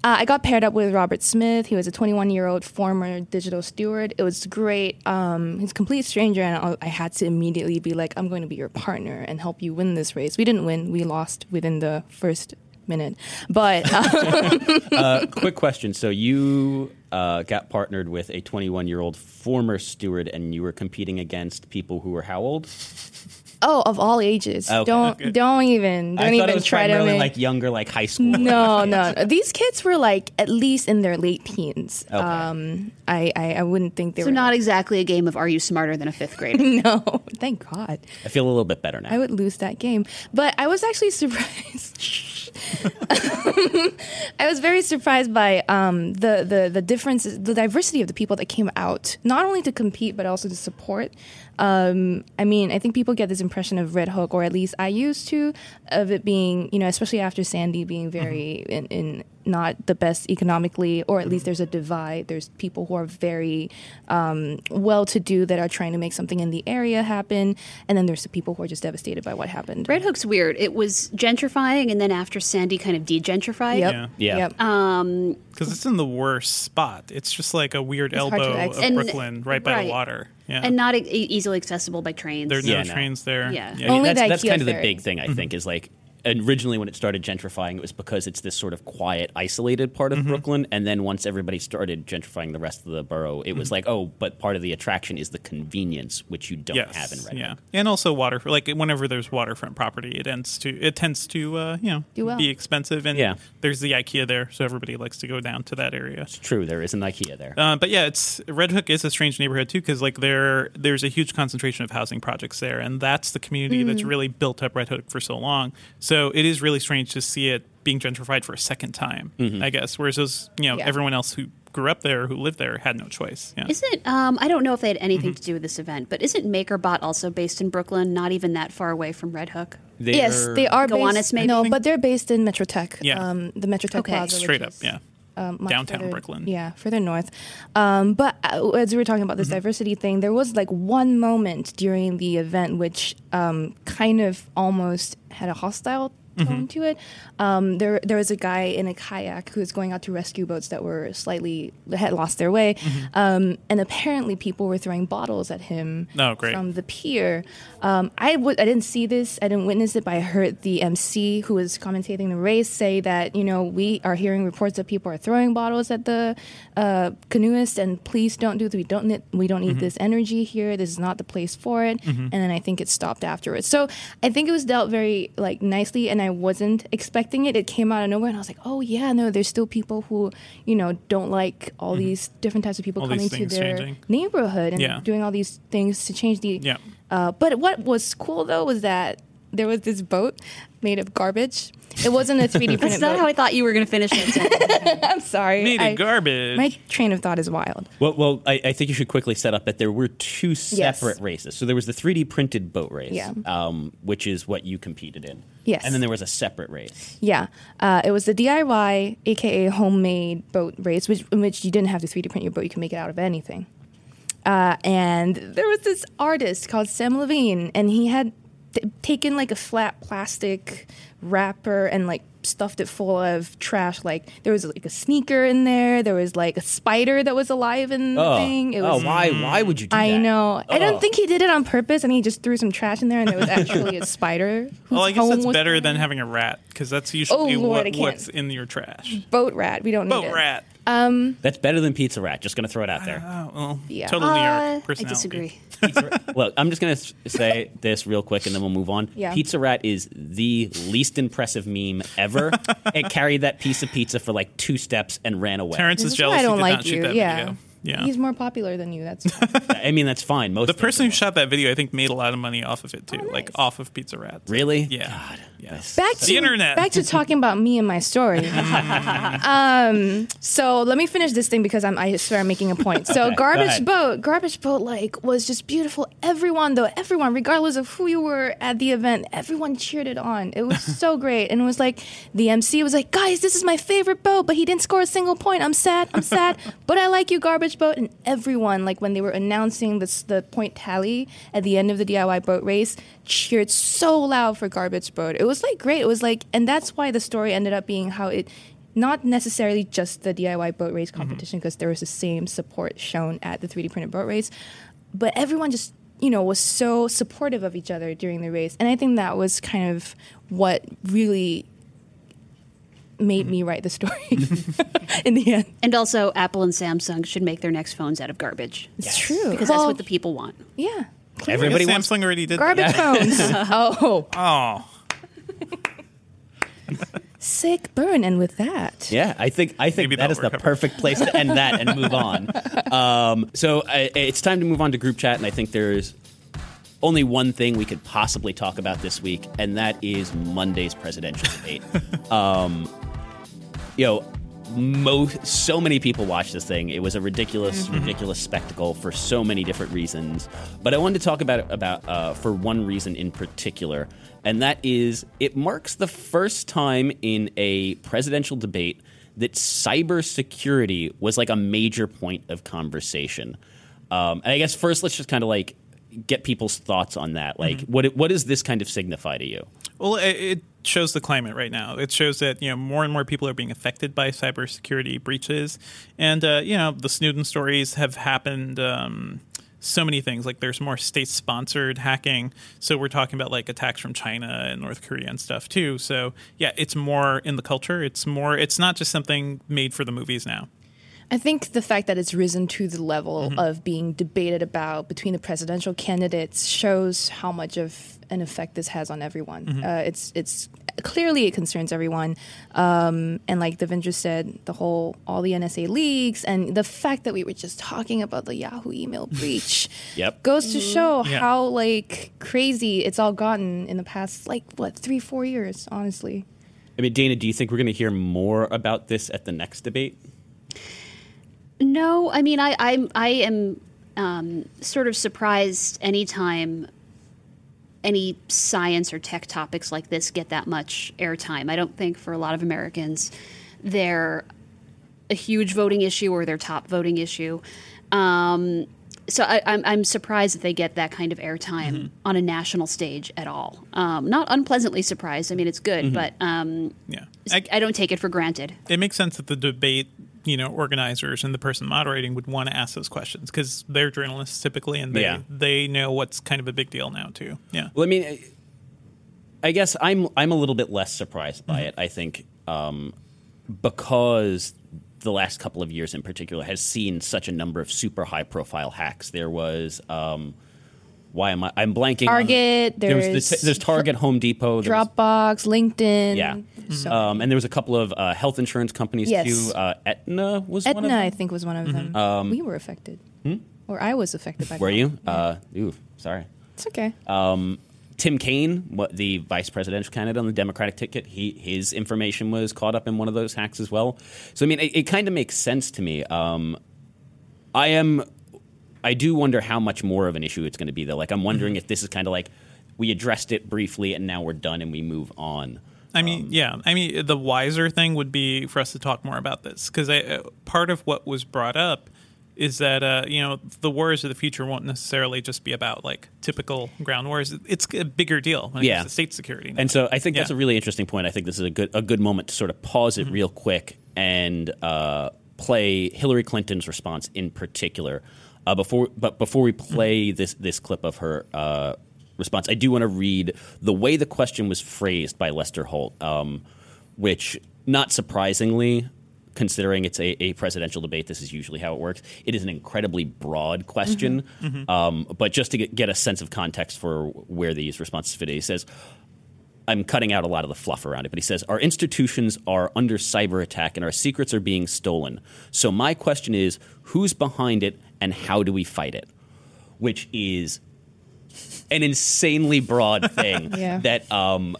Uh, I got paired up with Robert Smith. He was a 21 year old former digital steward. It was great. Um, he's a complete stranger, and I- I had to immediately be like, I'm going to be your partner and help you win this race. We didn't win, we lost within the first minute. But uh,
Quick question. So you uh, got partnered with a 21 year old former steward, and you were competing against people who were how old?
oh, of all ages,
Okay.
don't don't even don't
I
even
thought it was
try to
primarily
make.
like younger, like high school.
no, no, no. These kids were like at least in their late teens.
Okay.
Um, I, I I wouldn't think they
So
were
not exactly a game of Are You Smarter Than a Fifth Grader?
no. Thank God.
I feel a little bit better now.
I would lose that game. But I was actually surprised. I was very surprised by um, the, the the differences, the diversity of the people that came out, not only to compete but also to support. Um, I mean, I think people get this impression of Red Hook, or at least I used to, of it being, you know, especially after Sandy being very in, in not the best economically, or at least there's a divide. There's people who are very well to do that are trying to make something in the area happen. And then there's the people who are just devastated by what happened.
Red Hook's weird. It was gentrifying, and then after Sandy kind of degentrified.
Yep.
Yeah.
Yeah.
Yep.
Um,
because it's in the worst spot. It's just like a weird
hard to
elbow of
access. And-
Brooklyn, right by
right.
the water. Yeah,
And not e- easily accessible by trains.
there are no
Yeah, no.
trains there.
Yeah.
I mean,
Only
that's
the
that's
IKEA
kind of the
fairy.
big
Mm-hmm.
thing I think is like originally when it started gentrifying it was because it's this sort of quiet isolated part of
Mm-hmm.
Brooklyn and then once everybody started gentrifying the rest of the borough it was
Mm-hmm.
like oh but part of the attraction is the convenience which you don't
Yes.
have in Red
yeah, and also water. Like whenever there's waterfront property, it ends to it tends to uh, you know
Do well.
be expensive. And
Yeah.
there's the IKEA there, so everybody likes to go down to that area.
True there is an IKEA there.
Uh, but yeah, it's Red Hook is a strange neighborhood too because like there there's a huge concentration of housing projects there, and that's the community that's
Mm.
really built up Red Hook for so long. So it is really strange to see it being gentrified for a second time, I guess. Whereas those you know
Mm-hmm. Yeah.
everyone else who grew up there who lived there had no choice. Yeah.
Isn't um, I don't know if they had
Mm-hmm.
anything to do with this event, but isn't MakerBot also based in Brooklyn? Not even that far away from Red Hook.
They
yes, they are
Gowanus,
based.
maybe?
No, but they're based in Metrotech.
Yeah.
Um, the Metrotech
Okay.
Plaza. which
Straight up,
is-
yeah.
um, much
Downtown
further-
Brooklyn.
Yeah, further north. Um, but uh, as we were talking about
Mm-hmm.
this diversity thing, there was like one moment during the event which um, kind of almost had a hostile tone
Mm-hmm.
to it. Um, there, there was a guy in a kayak who was going out to rescue boats that were slightly had lost their way,
Mm-hmm.
um, and apparently people were throwing bottles at him
Oh, great.
from the pier. Um, I w- I didn't see this, I didn't witness it, but I heard the MC who was commentating the race say that, you know, we are hearing reports that people are throwing bottles at the uh, canoeists and please don't do this. We don't, need, we don't need
Mm-hmm.
this energy here. This is not the place for it. And then I think it stopped afterwards. So I think it was dealt very like nicely and I wasn't expecting it. It came out of nowhere and I was like, oh yeah, no, there's still people who, you know, don't like
Mm-hmm.
all these different types of people
All these
coming to
things
their
changing.
neighborhood and
Yeah.
doing doing all these things to change the.
Yeah.
Uh, but what was cool though was that there was this boat made of garbage. It wasn't a 3D printed
That's not
boat.
how I thought you were going to finish that sentence.
I'm sorry.
Made
I-
of garbage.
My train of thought is wild.
Well, well, I, I think you should quickly set up that there were two separate races. So there was the 3D printed boat race,
Yeah.
um, which is what you competed in.
Yes.
And then there was a separate race.
Yeah, uh, it was the DIY, aka homemade boat race, which in which you didn't have to 3D print your boat; you can make it out of anything. Uh, and there was this artist called Sam Levine, and he had t- taken like a flat plastic wrapper and like stuffed it full of trash. Like there was like a sneaker in there, there was like a spider that was alive in the
Oh,
thing. It
oh,
was
why? Why would you do that?
I know. I
Oh.
don't think he did it on purpose. I think he just threw some trash in there, and there was actually a spider. whose
Well, Oh, I guess
home
that's
was
better than having a rat because that's usually
Oh, Lord,
what,
I can't. Mm-hmm.
what's in your trash.
boat rat. We don't need
Boat
it.
rat.
That's better than Pizza Rat. Just going to throw it out there.
Yeah. Uh,
Total New York
I
personality.
disagree.
Look, I'm just going to say this real quick and then we'll move on.
Yeah.
Pizza Rat is the least impressive meme ever. it carried that piece of pizza for like two steps and ran away.
Terrence is,
This is
jealous.
why I
he
don't
did
like
not shoot
you.
that
yeah.
video. Yeah.
He's more popular than you. That's why.
I mean, that's fine. Most
the
things
person
are.
who shot that video, I think, made a lot of money off of it too, like off of Pizza Rat.
Really?
Yeah.
God.
Yeah.
That's-
back to
The internet.
Back to talking about me and my story. um, so let me finish this thing because I'm, I swear I'm making a point.
Okay,
So
go
garbage
ahead.
boat, garbage boat, like was just beautiful. Everyone though, everyone, regardless of who you were at the event, everyone cheered it on. It was so great, and it was like the MC was like, "Guys, this is my favorite boat, but he didn't score a single point. I'm sad. I'm sad, but I like you, garbage boat." And everyone, like when they were announcing this, the point tally at the end of the DIY boat race, cheered so loud for garbage boat. It was like great. It was like, and that's why the story ended up being how it not necessarily just the DIY boat race competition because there was the same support shown at the 3D printed boat race, but everyone just you know was so supportive of each other during the race, and I think that was kind of what really made me write the story in the end.
And also, Apple and Samsung should make their next phones out of garbage
It's true
because that's what the people want.
yeah
Everybody
Samsung
wants
already did.
garbage phones. oh,
Oh,
sick burn, and with that.
Yeah, I think I think
Maybe
that
that'll
is the
work out.
perfect place to end that and move on. Um, so I, it's time to move on to group chat, and I think there's only one thing we could possibly talk about this week, and that is Monday's presidential debate. um, you know, mo- so many people watched this thing. It was a ridiculous, ridiculous spectacle for so many different reasons. But I wanted to talk about it about uh, for one reason in particular, and that is it marks the first time in a presidential debate that cybersecurity was like a major point of conversation. Um, and I guess first, let's just kind of like get people's thoughts on that. Like, what it- what does this kind of signify to you?
well, it, it shows the climate right now. It shows that you know more and more people are being affected by cybersecurity breaches, and uh, you know the Snowden stories have happened. Um, so many things like there's more state-sponsored hacking. So we're talking about like attacks from China and North Korea and stuff too. So yeah, it's more in the culture. It's more. It's not just something made for the movies now.
I think the fact that it's risen to the level
Mm-hmm.
of being debated about between the presidential candidates shows how much of an effect this has on everyone.
Mm-hmm.
Uh, it's it's clearly it concerns everyone, um, and like Devendra said, the whole all the NSA leaks and the fact that we were just talking about the Yahoo email breach
Yep.
goes to show
Yeah.
how like crazy it's all gotten in the past like what three four years honestly.
I mean, Dana, do you think we're going to hear more about this at the next debate?
No, I mean, I I'm, I am um, sort of surprised anytime any science or tech topics like this get that much airtime. I don't think for a lot of Americans, they're a huge voting issue or their top voting issue. Um, so I, I'm, I'm surprised that they get that kind of airtime
Mm-hmm.
on a national stage at all. Um, not unpleasantly surprised. I mean, it's
Mm-hmm.
good, but um,
Yeah,
I, I don't take it for granted.
it makes sense that the debate you know organizers and the person moderating would want to ask those questions because they're journalists typically and they
Yeah.
they know what's kind of a big deal now too yeah
Well, I mean, I- I guess I'm I'm a little bit less surprised
Mm-hmm.
by it. I think um, because the last couple of years in particular has seen such a number of super high profile hacks. There was. Um, why am I? I'm blanking. on the-
Target,
there was the-
there's-
there's Target, Home Depot, there was-
Dropbox, LinkedIn.
Yeah.
So,
um, and there was a couple of uh, health insurance companies
Mm-hmm. Yes.
too. Uh, Aetna was one of
Etna,
them. Mm-hmm.
I think, was one of them. we were affected, or I was affected by.
Um, hmm? Were
that.
you? Uh, ooh, sorry.
It's okay.
Tim Kaine, what the vice presidential candidate on the Democratic ticket, he his information was caught up in one of those hacks as well. So I mean, it, it kind of makes sense to me. Um, I am, I do wonder how much more of an issue it's going to be though. Like I'm wondering if this is kind of like we addressed it briefly and now we're done and we move on.
I
um,
mean, yeah. I mean, the wiser thing would be for us to talk more about this because uh, part of what was brought up is that uh, you know the wars of the future won't necessarily just be about like typical ground wars. It's a bigger deal when it
Yeah.
comes to state security.
And so I think that's
Yeah.
a really interesting point. I think this is a good a good moment to sort of pause it real quick and uh, play Hillary Clinton's response in particular. Uh, before, but before we play this this clip of her uh, response, I do want to read the way the question was phrased by Lester Holt, um, which, not surprisingly, considering it's a, a presidential debate, this is usually how it works. It is an incredibly broad question, Um, but just to get, get a sense of context for where these responses fit, in, he says. I'm cutting out a lot of the fluff around it, but he says our institutions are under cyber attack and our secrets are being stolen. So my question is, who's behind it and how do we fight it? Which is an insanely broad thing
Yeah.
that um,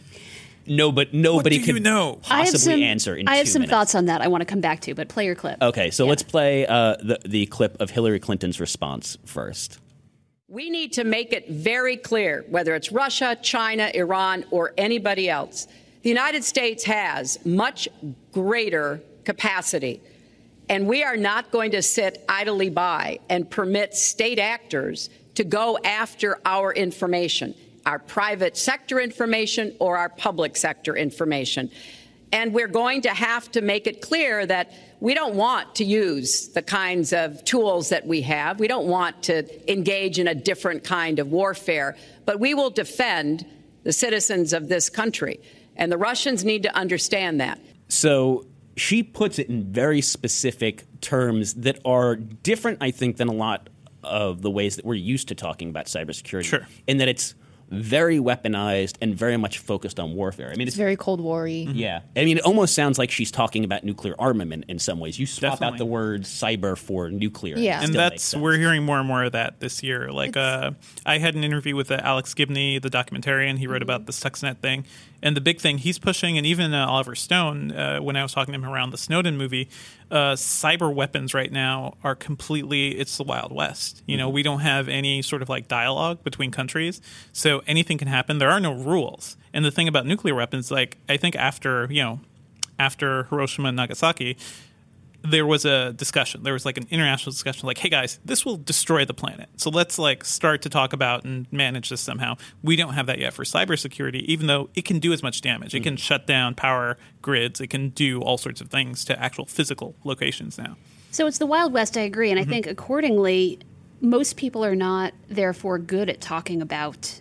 no, but nobody
do
could
you know?
possibly answer in
I have
two
some
minutes.
thoughts on that. I want to come back to, but play your clip.
Okay, so let's play uh, the the clip of Hillary Clinton's response first.
We need to make it very clear whether it's Russia, China, Iran, or anybody else. The United States has much greater capacity, and we are not going to sit idly by and permit state actors to go after our information, our private sector information, or our public sector information. And we're going to have to make it clear that we don't want to use the kinds of tools that we have. We don't want to engage in a different kind of warfare, but we will defend the citizens of this country. And the Russians need to understand that.
So she puts it in very specific terms that are different, I think, than a lot of the ways that we're used to talking about cybersecurity.
Sure.
In that it's very weaponized and very much focused on warfare. I mean, it's,
it's very Cold War-y.
yeah. I mean, it almost sounds like she's talking about nuclear armament in some ways. You swap out
Definitely.
the word cyber for nuclear. it
Yeah.
still
and
makes
that's
sense.
we're hearing more and more of that this year. Like uh, I had an interview with uh, Alex Gibney, the documentarian. He wrote about the Stuxnet thing, and the big thing he's pushing, and even uh, Oliver Stone, uh, when I was talking to him around the Snowden movie, uh, cyber weapons right now are completely it's the Wild West. You know, we don't have any sort of like dialogue between countries, so anything can happen. There are no rules, and the thing about nuclear weapons, like I think after you know. After Hiroshima and Nagasaki, there was a discussion. There was like an international discussion, like, "Hey guys, this will destroy the planet, so let's like start to talk about and manage this somehow." We don't have that yet for cybersecurity, even though it can do as much damage. It can shut down power grids. It can do all sorts of things to actual physical locations now.
So it's the Wild West, I agree. And I think accordingly, most people are not, therefore, good at talking about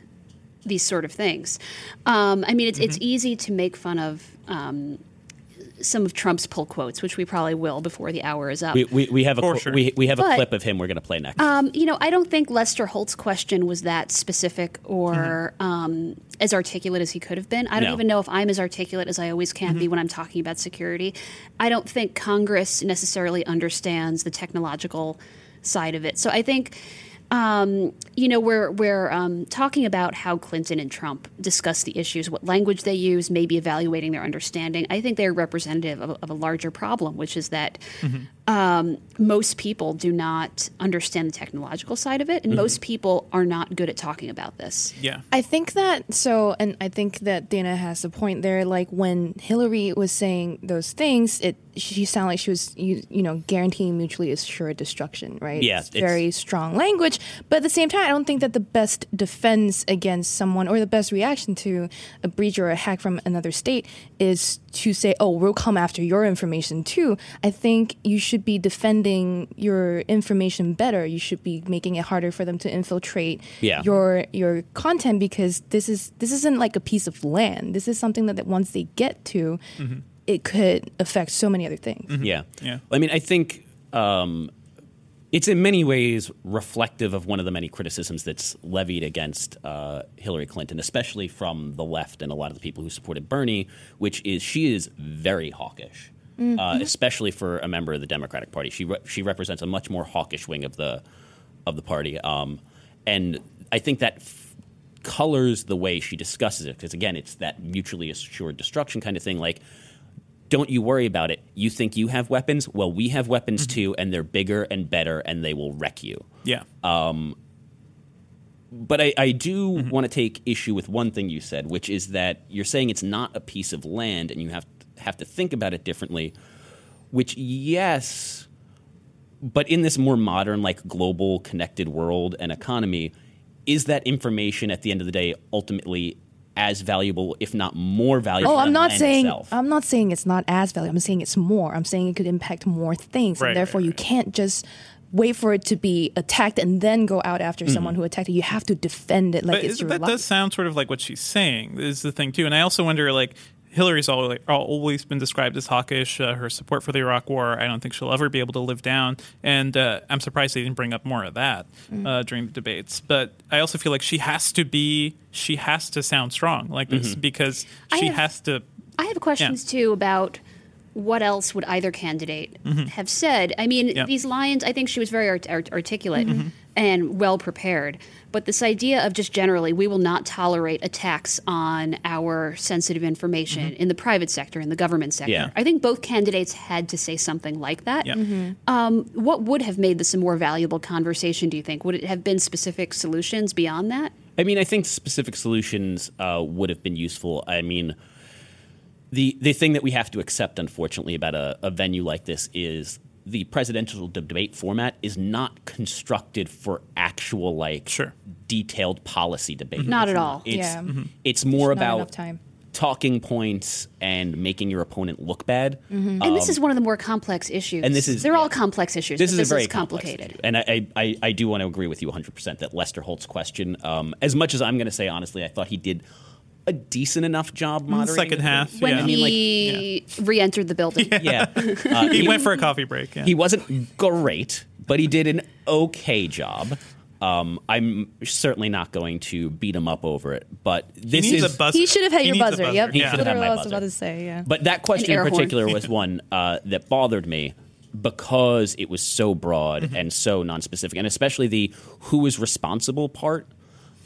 these sort of things. Um, I mean, it's, it's easy to make fun of um, some of Trump's pull quotes, which we probably will before the hour is up.
We, we, we have a
For
cl-
sure.
we, we have a
But-
clip of him we're going to play next.
Um, you know, I don't think Lester Holt's question was that specific or um, as articulate as he could have been. I don't
No.
even know if I'm as articulate as I always can be when I'm talking about security. I don't think Congress necessarily understands the technological side of it. So I think. Um, you know, we're we're um, talking about how Clinton and Trump discuss the issues, what language they use, maybe evaluating their understanding. I think they're representative of, of a larger problem, which is that um, most people do not understand the technological side of it, and most people are not good at talking about this.
Yeah.
I think that so, and I think that Dana has a point there. Like when Hillary was saying those things, it she sounded like she was you, you know guaranteeing mutually assured destruction, right?
Yeah,
it's
it's-
very strong language, but at the same time, I don't think that the best defense against someone or the best reaction to a breach or a hack from another state is to say, "Oh, we'll come after your information too." I think you should be defending your information better. You should be making it harder for them to infiltrate
Yeah.
your your your content because this is this isn't like a piece of land. This is something that, that once they get to, it could affect so many other things.
Yeah.
Yeah.
I mean, I think um, it's in many ways reflective of one of the many criticisms that's levied against uh, Hillary Clinton, especially from the left and a lot of the people who supported Bernie, which is she is very hawkish. Uh, especially for a member of the Democratic Party, she re- she represents a much more hawkish wing of the of the party, um, and I think that f- colors the way she discusses it. Because again, it's that mutually assured destruction kind of thing. Like don't you worry about it. You think you have weapons? Well, we have weapons too, and they're bigger and better, and they will wreck you.
Yeah.
But I, I do want to take issue with one thing you said, which is that you're saying it's not a piece of land, and you have have to think about it differently. Which, yes, but in this more modern, like global connected world and economy, is that information at the end of the day ultimately as valuable, if not more valuable?
Oh, I'm
than
not
land
saying
itself?
I'm not saying it's not as valuable. I'm saying it's more. I'm saying it could impact more things,
Right,
and therefore
right,
you can't just wait for it to be attacked and then go out after someone who attacked it. You have to defend it like
Mm-hmm. but
it's
is-
your
that
life.
does sound sort of like what she's saying is the thing too and i also wonder like hillary's always, always been described as hawkish uh, her support for the iraq war i don't think she'll ever be able to live down and uh, i'm surprised they didn't bring up more of that
Mm.
uh, during the debates but i also feel like she has to be she has to sound strong like this because
I
she
have-
has to
I have questions too about what else would either candidate
Mm-hmm.
have said. I mean,
Yeah.
these lines. I think she was very art- art- articulate
Mm-hmm.
and well prepared. But this idea of just generally, we will not tolerate attacks on our sensitive information in the private sector, in the government sector.
Mm-hmm. Yeah.
I think both candidates had to say something like that. Um,
yeah
What would have made this a more valuable conversation, do you think? Would it have been specific solutions beyond that?
I mean, I think specific solutions uh, would have been useful. I mean, the the thing that we have to accept, unfortunately, about a, a venue like this is the presidential debate format is not constructed for actual like
Sure.
detailed policy debate.
Mm-hmm.
Not
It's
at all.
It's,
Yeah. Mhm.
it's more
Not
about
enough time.
talking points and making your opponent look bad.
Mm-hmm.
Um,
And this is one of the more complex issues.
and this is-
they're all
yeah.
complex issues.
This
but
is a very complex
complicated.
issue. and I, I, I- I do want to agree with you 100 percent that Lester Holt's question. Um, as much as I'm going to say honestly, I thought he did a decent enough job moderating
Mm, second
the
half,
thing.
when
Yeah. I mean,
he re-entered the building.
yeah, Uh,
he, went for a coffee break yeah.
he wasn't great, but he did an okay job. Um, I'm certainly not going to beat him up over it, but
He
this
needs
is
a buzzer
He should have had your
needs a
buzzer. Yep.
He
yeah.
should have had my
Literally what I was
buzzer.
about to say. Yeah.
But that question
air
in
horn.
particular was one uh, that bothered me because it was so broad and so non-specific, and especially the who is responsible part,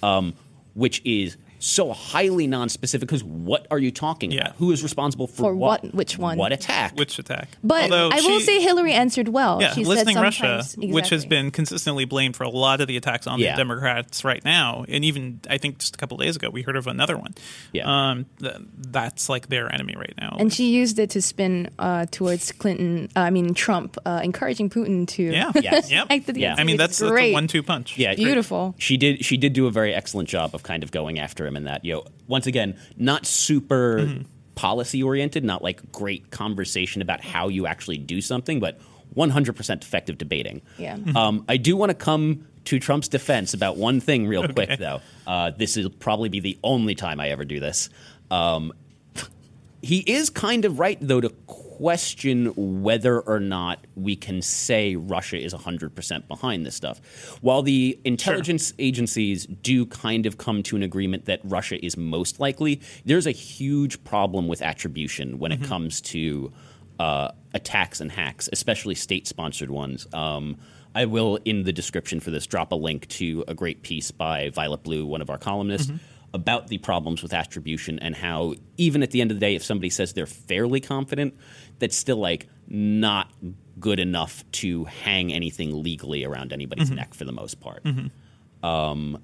um, which is so highly non-specific. Because what are you talking
Yeah.
about? Who is responsible for,
For
what?
what- which one?
What attack?
which attack
But
Although
I will
she-
say Hillary answered well.
Yeah,
she
listening
said
Russia,
sometimes-
which has
Exactly.
been consistently blamed for a lot of the attacks on
Yeah.
the Democrats right now, and even I think just a couple days ago we heard of another one.
Yeah.
um, th- that's like their enemy right now.
And she used it to spin uh, towards Clinton. Uh, I mean Trump, uh, encouraging Putin to.
yeah,
Yes.
yep.
act that he
Yeah.
is.
I mean
It's
that's, that's
great.
a one-two punch.
Yeah,
Beautiful.
She did. She did do a very excellent job of kind of going after him in that. You know, once again, not super policy oriented, not like great conversation about how you actually do something, but 100% effective debating.
Yeah.
Mm-hmm.
Um, I do want to come to Trump's defense about one thing real quick though. Uh, this will probably be the only time I ever do this. Um, he is kind of right though to question whether or not we can say Russia is 100% behind this stuff. While the intelligence agencies do kind of come to an agreement that Russia is most likely, there's a huge problem with attribution when it comes to uh, attacks and hacks, especially state sponsored ones. Um, I will, in the description for this, drop a link to a great piece by Violet Blue, one of our columnists,
Mm-hmm.
about the problems with attribution and how, even at the end of the day, if somebody says they're fairly confident, that's still like not good enough to hang anything legally around anybody's
Mm-hmm.
neck for the most part. Um,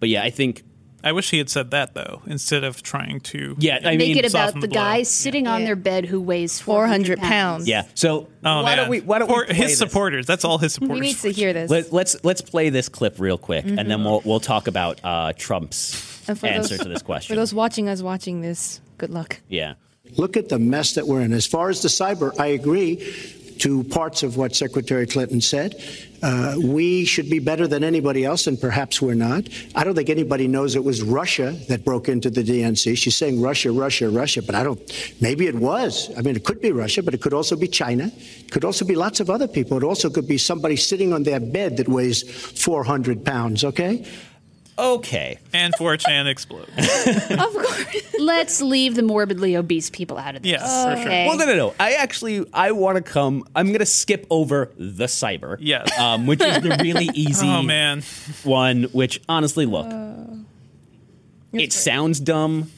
but yeah, I think
I wish he had said that though, instead of trying to
yeah, I
Make
mean,
it about
soften
the,
the blow.
guy sitting on their bed who weighs
400
400
pounds.
yeah. So why
Oh, man.
don't we? Why don't
Poor-
we play
his
this?
supporters? That's all his supporters.
We need to hear this.
Let, let's let's play this clip real quick, and then we'll we'll talk about uh, Trump's
And Mm-hmm. for those-
answer to this question.
For those watching us watching this, good luck.
yeah.
Look at the mess that we're in. As far as the cyber, I agree to parts of what Secretary Clinton said. Uh, we should be better than anybody else, and perhaps we're not. I don't think anybody knows it was Russia that broke into the DNC. She's saying Russia, Russia, Russia, but I don't. Maybe it was. I mean, it could be Russia, but it could also be China. It could also be lots of other people. It also could be somebody sitting on their bed that weighs 400 pounds. Okay.
Okay.
and 4chan explodes.
of course.
Let's leave the morbidly obese people out of this.
Yes, for sure.
Okay.
Well, no, no, no. I actually I want to come. I'm going to skip over the cyber.
Yes.
Um, which is the really easy
Oh man,
one. Which honestly, look,
Uh,
it sounds dumb,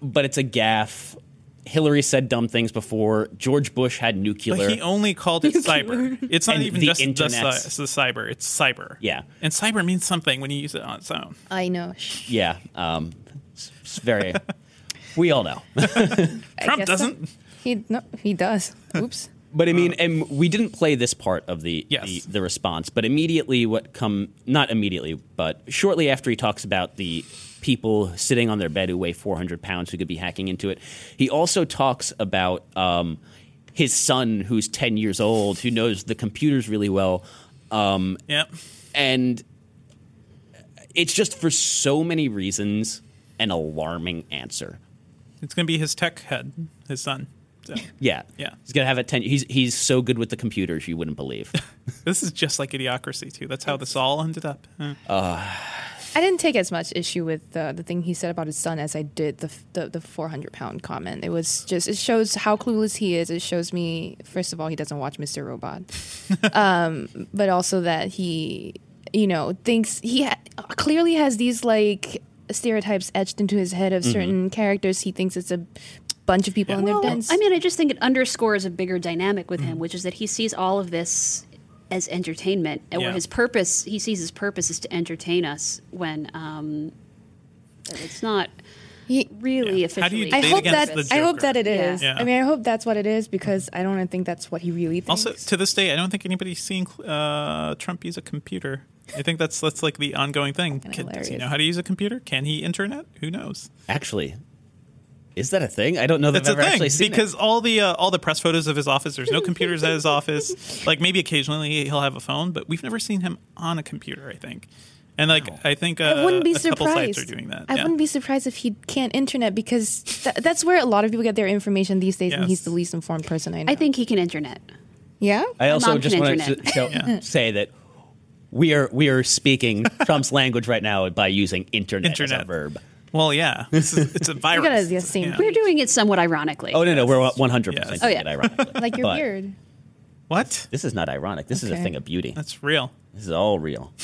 but it's a gaff. Hillary said dumb things before. George Bush had nuclear.
but he only called it cyber. It's not
And
even
the
just the,
internet.
the cyber. It's cyber.
Yeah.
and cyber means something when you use it on its own.
I know. Shh.
yeah. Um, it's- it's very. we all know.
I
Trump
guess so.
doesn't.
He no, he does. Oops.
But I mean, and we didn't play this part of the,
Uh. Yes.
the the response. But immediately, what come not immediately, but shortly after he talks about the people sitting on their bed who weigh 400 pounds who could be hacking into it, he also talks about um, his son who's 10 years old who knows the computers really well, um,
Yep.
and it's just for so many reasons an alarming answer.
It's gonna be his tech head, his son. So,
Yeah,
Yeah.
He's gonna have a 10. He's he's so good with the computers you wouldn't believe.
this is just like Idiocracy too. That's how this all ended up. Huh.
I didn't take as much issue with uh, the thing he said about his son as I did the, f- the the 400 pound comment. It was just it shows how clueless he is. It shows me first of all he doesn't watch Mr. Robot, um, but also that he you know thinks he ha- clearly has these like stereotypes etched into his head of certain characters. He thinks it's a bunch of people in their
Well,
beds.
I mean, I just think it underscores a bigger dynamic with
Mm.
him, which is that he sees all of this as entertainment, and where
Yeah.
his purpose, he sees his purpose is to entertain us when um, it's not
He-
really
Yeah. How do you
officially.
I
debate
hope
against
that
the
I hope
Joker.
that it is.
Yeah.
I mean, I hope that's what it is because I don't think that's what he really thinks.
Also, to this day, I don't think anybody's seen uh, Trump use a computer. I think that's that's like the ongoing thing. Can, does he
hilarious.
know how to use a computer? Can he internet? Who knows?
Actually, is that a thing? I don't know that
That's
I've
a
ever actually
thing
seen
because
it.
all the uh, all the press photos of his office. There's no computers at his office. Like maybe occasionally he'll have a phone, but we've never seen him on a computer. I think, and like I think uh,
I wouldn't be
a couple
surprised.
sites are doing that.
I
yeah.
wouldn't be surprised if he can't internet because th- that's where a lot of people get their information these days, and
Yes.
he's the least informed person I know.
I think he can internet.
yeah.
I also
mom
just
can
want to
internet.
show, say that we are we are speaking Trump's language right now by using internet, as
Internet.
a verb.
Well, yeah, this is, it's a virus.
gotta be the same.
Yeah.
We're doing it somewhat ironically.
Oh no, no, we're one hundred percent.
Yes.
Oh
Oh, yeah.
ironically.
like your
But
beard.
What?
This is not ironic. This is a
Okay.
thing of beauty.
That's real.
This is all real.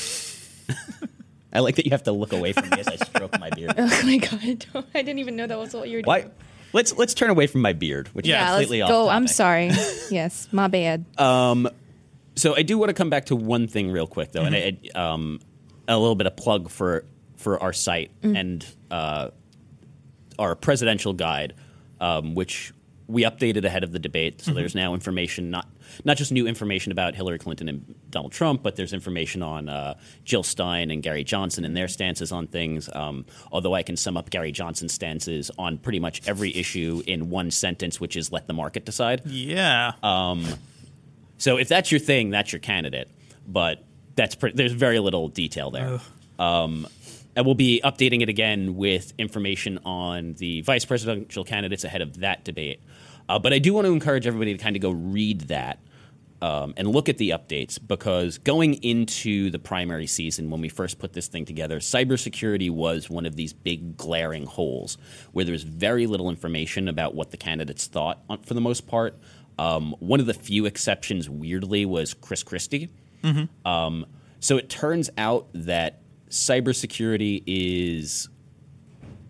I like that you have to look away from me as I stroke my beard.
Oh my god! I, don't, I didn't even know that was what you were
Why?
doing.
Let's let's turn away from my beard, which
Yeah,
is
let's
completely off.
Go.
topic.
I'm
Um,
sorry. yes, my bad.
So I do want to come back to one thing real quick though, and
Mm-hmm.
I, I- um, a little bit of plug for for our site
Mm-hmm.
and uh, our presidential guide, um, which we updated ahead of the debate. So there's now information not not just new information about Hillary Clinton and Donald Trump, but there's information on uh, Jill Stein and Gary Johnson and their stances on things. Um, although I can sum up Gary Johnson's stances on pretty much every issue in one sentence, which is let the market decide.
Yeah.
So if that's your thing, that's your candidate. But that's pre- there's very little detail there. Um, and we'll be updating it again with information on the vice presidential candidates ahead of that debate. Uh, but I do want to encourage everybody to kind of go read that um, and look at the updates because going into the primary season, when we first put this thing together, cybersecurity was one of these big glaring holes where there was very little information about what the candidates thought on, for the most part. Um, one of the few exceptions, weirdly, was Chris Christie. Um, so it turns out that cybersecurity is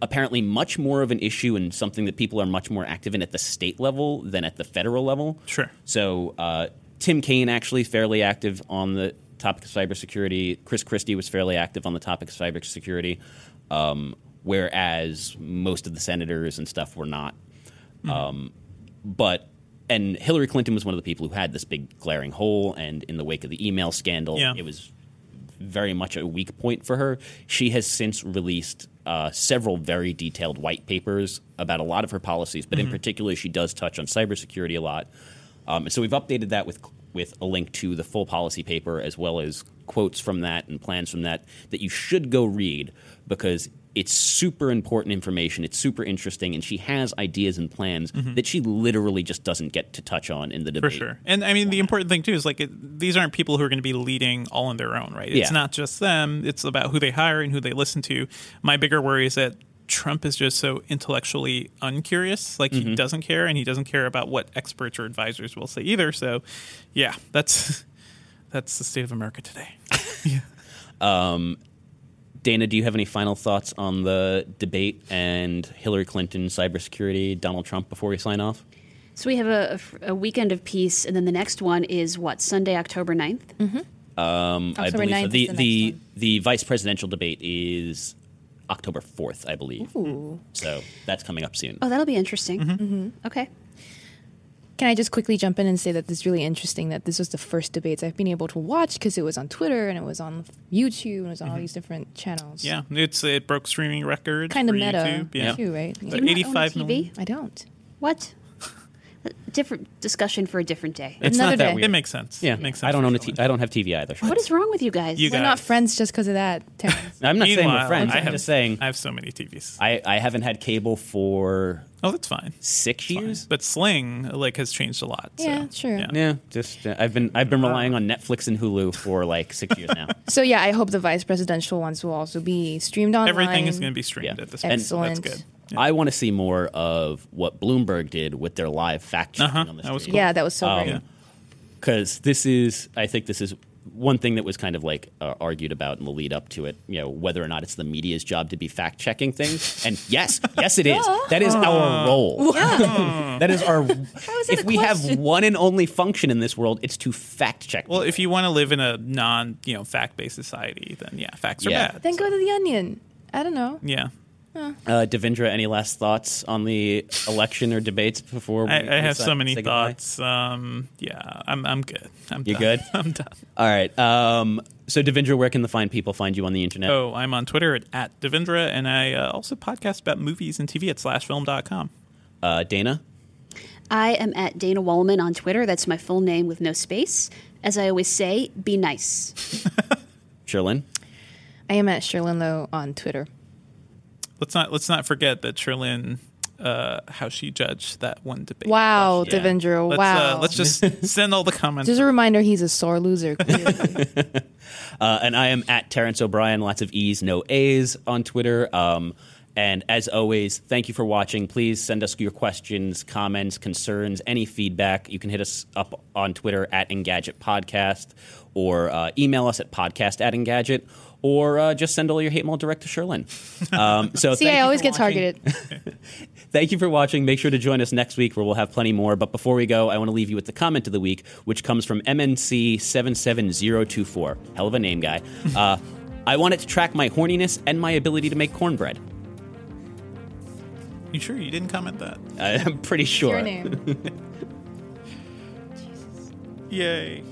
apparently much more of an issue and something that people are much more active in at the state level than at the federal level.
Sure.
So uh, Tim Kaine actually fairly active on the topic of cybersecurity. Chris Christie was fairly active on the topic of cybersecurity, um, whereas most of the senators and stuff were not. Um, but and Hillary Clinton was one of the people who had this big glaring hole, and in the wake of the email scandal,
Yeah.
it was very much a weak point for her. She has since released uh, several very detailed white papers about a lot of her policies, but in particular, she does touch on cybersecurity a lot. Um, and so we've updated that with with a link to the full policy paper as well as quotes from that and plans from that that you should go read because it's super important information. It's super interesting, and she has ideas and plans that she literally just doesn't get to touch on in the
Mm-hmm. for
debate.
sure. And I mean, the important thing too is like it, these aren't people who are going to be leading all on their own, right?
Yeah.
It's not just them. It's about who they hire and who they listen to. My bigger worry is that Trump is just so intellectually uncurious. Like
Mm-hmm.
he doesn't care, and he doesn't care about what experts or advisors will say either. So, yeah, that's that's the state of America today.
Dana, do you have any final thoughts on the debate and Hillary Clinton, cybersecurity, Donald Trump before we sign off?
So we have a, a weekend of peace, and then the next one is what Sunday, October 9th?
I
Mm-hmm.
October
believe
9th Oh, is
the
the
the,
next one.
the vice presidential debate is October fourth, I believe. So that's coming up soon.
Oh, that'll be interesting.
Mm-hmm.
Mm-hmm.
Okay.
Can I just quickly jump in and say that this is really interesting that this was the first debates I've been able to watch because it was on Twitter and it was on YouTube and it was on all these different channels.
Yeah, it's it broke streaming records.
Kind of
for
meta,
YouTube. Yeah.
too, right?
But
Do you not own a
85
TV?
million.
I don't.
What? A different discussion for a different day.
it's
another
not that
day.
weird.
It makes sense.
yeah,
it makes sense.
I don't own a
actually.
t- I don't have TV either.
What is wrong with you guys?
You
We're
guys-
not friends just because of that. Terrence.
I'm not saying we're
Meanwhile,
friends.
I
I'm
have-
just saying
I have so many TVs.
I, I haven't had cable for
Oh, that's fine.
six years.
But Sling like has changed a lot. so,
Yeah, sure.
Yeah, just uh, I've been I've been relying on Netflix and Hulu for like six years now.
so yeah, I hope the vice presidential ones will also be streamed online.
Everything is going to be streamed
Yeah.
at this
And-
point.
Excellent.
That's good.
I want to see more of what Bloomberg did with their live fact checking
Uh-huh,
on the
that was
street.
cool.
Yeah, that was so great.
Yeah.
because Um, this is i think this is one thing that was kind of like uh, argued about in the lead up to it you know whether or not it's the media's job to be fact checking things and yes yes it is that is our role that is our
it
if
a
we have
question?
one and only function in this world it's to fact check
Well, if you want to live in a non, you know, fact-based society, then yeah, facts
Yeah.
are bad.
Then go to the Onion. I don't know.
yeah.
uh, Devendra, any last thoughts on the election or debates before we
I, I have
decide-
so many
say goodbye?
thoughts. Um, yeah, I'm I'm good. I'm
you
done.
good
I'm done.
all right um, so Devendra, where can the fine people find you on the internet
Oh, I'm on Twitter at, at Devendra, and I uh, also podcast about movies and TV at slashfilm.com.
uh, dana
I am at Dana Wallman on Twitter. That's my full name with no space. As I always say, be nice.
sherlyn
I am at Sherlyn Lowe on Twitter.
Let's not let's not forget that Trillian, uh, how she judged that one debate.
Wow,
Yeah.
Devendra.
Let's,
wow.
Uh, let's just send all the comments.
Just a reminder, he's a sore loser. clearly.
Uh, and I am at Terrence O'Brien, lots of E's, no A's on Twitter. Um, and as always, thank you for watching. Please send us your questions, comments, concerns, any feedback. You can hit us up on Twitter at Engadget Podcast or uh, email us at podcast at Engadget or uh, just send all your hate mail direct to Sherlyn. Um, so
See,
thank
I
you
always
for
get
watching.
targeted.
Thank you for watching. Make sure to join us next week where we'll have plenty more. But before we go, I want to leave you with the comment of the week, which comes from MNC77024. Hell of a name, guy. Uh, I want it to track my horniness and my ability to make cornbread.
You sure you didn't comment that?
I'm pretty sure.
Your name.
Yay.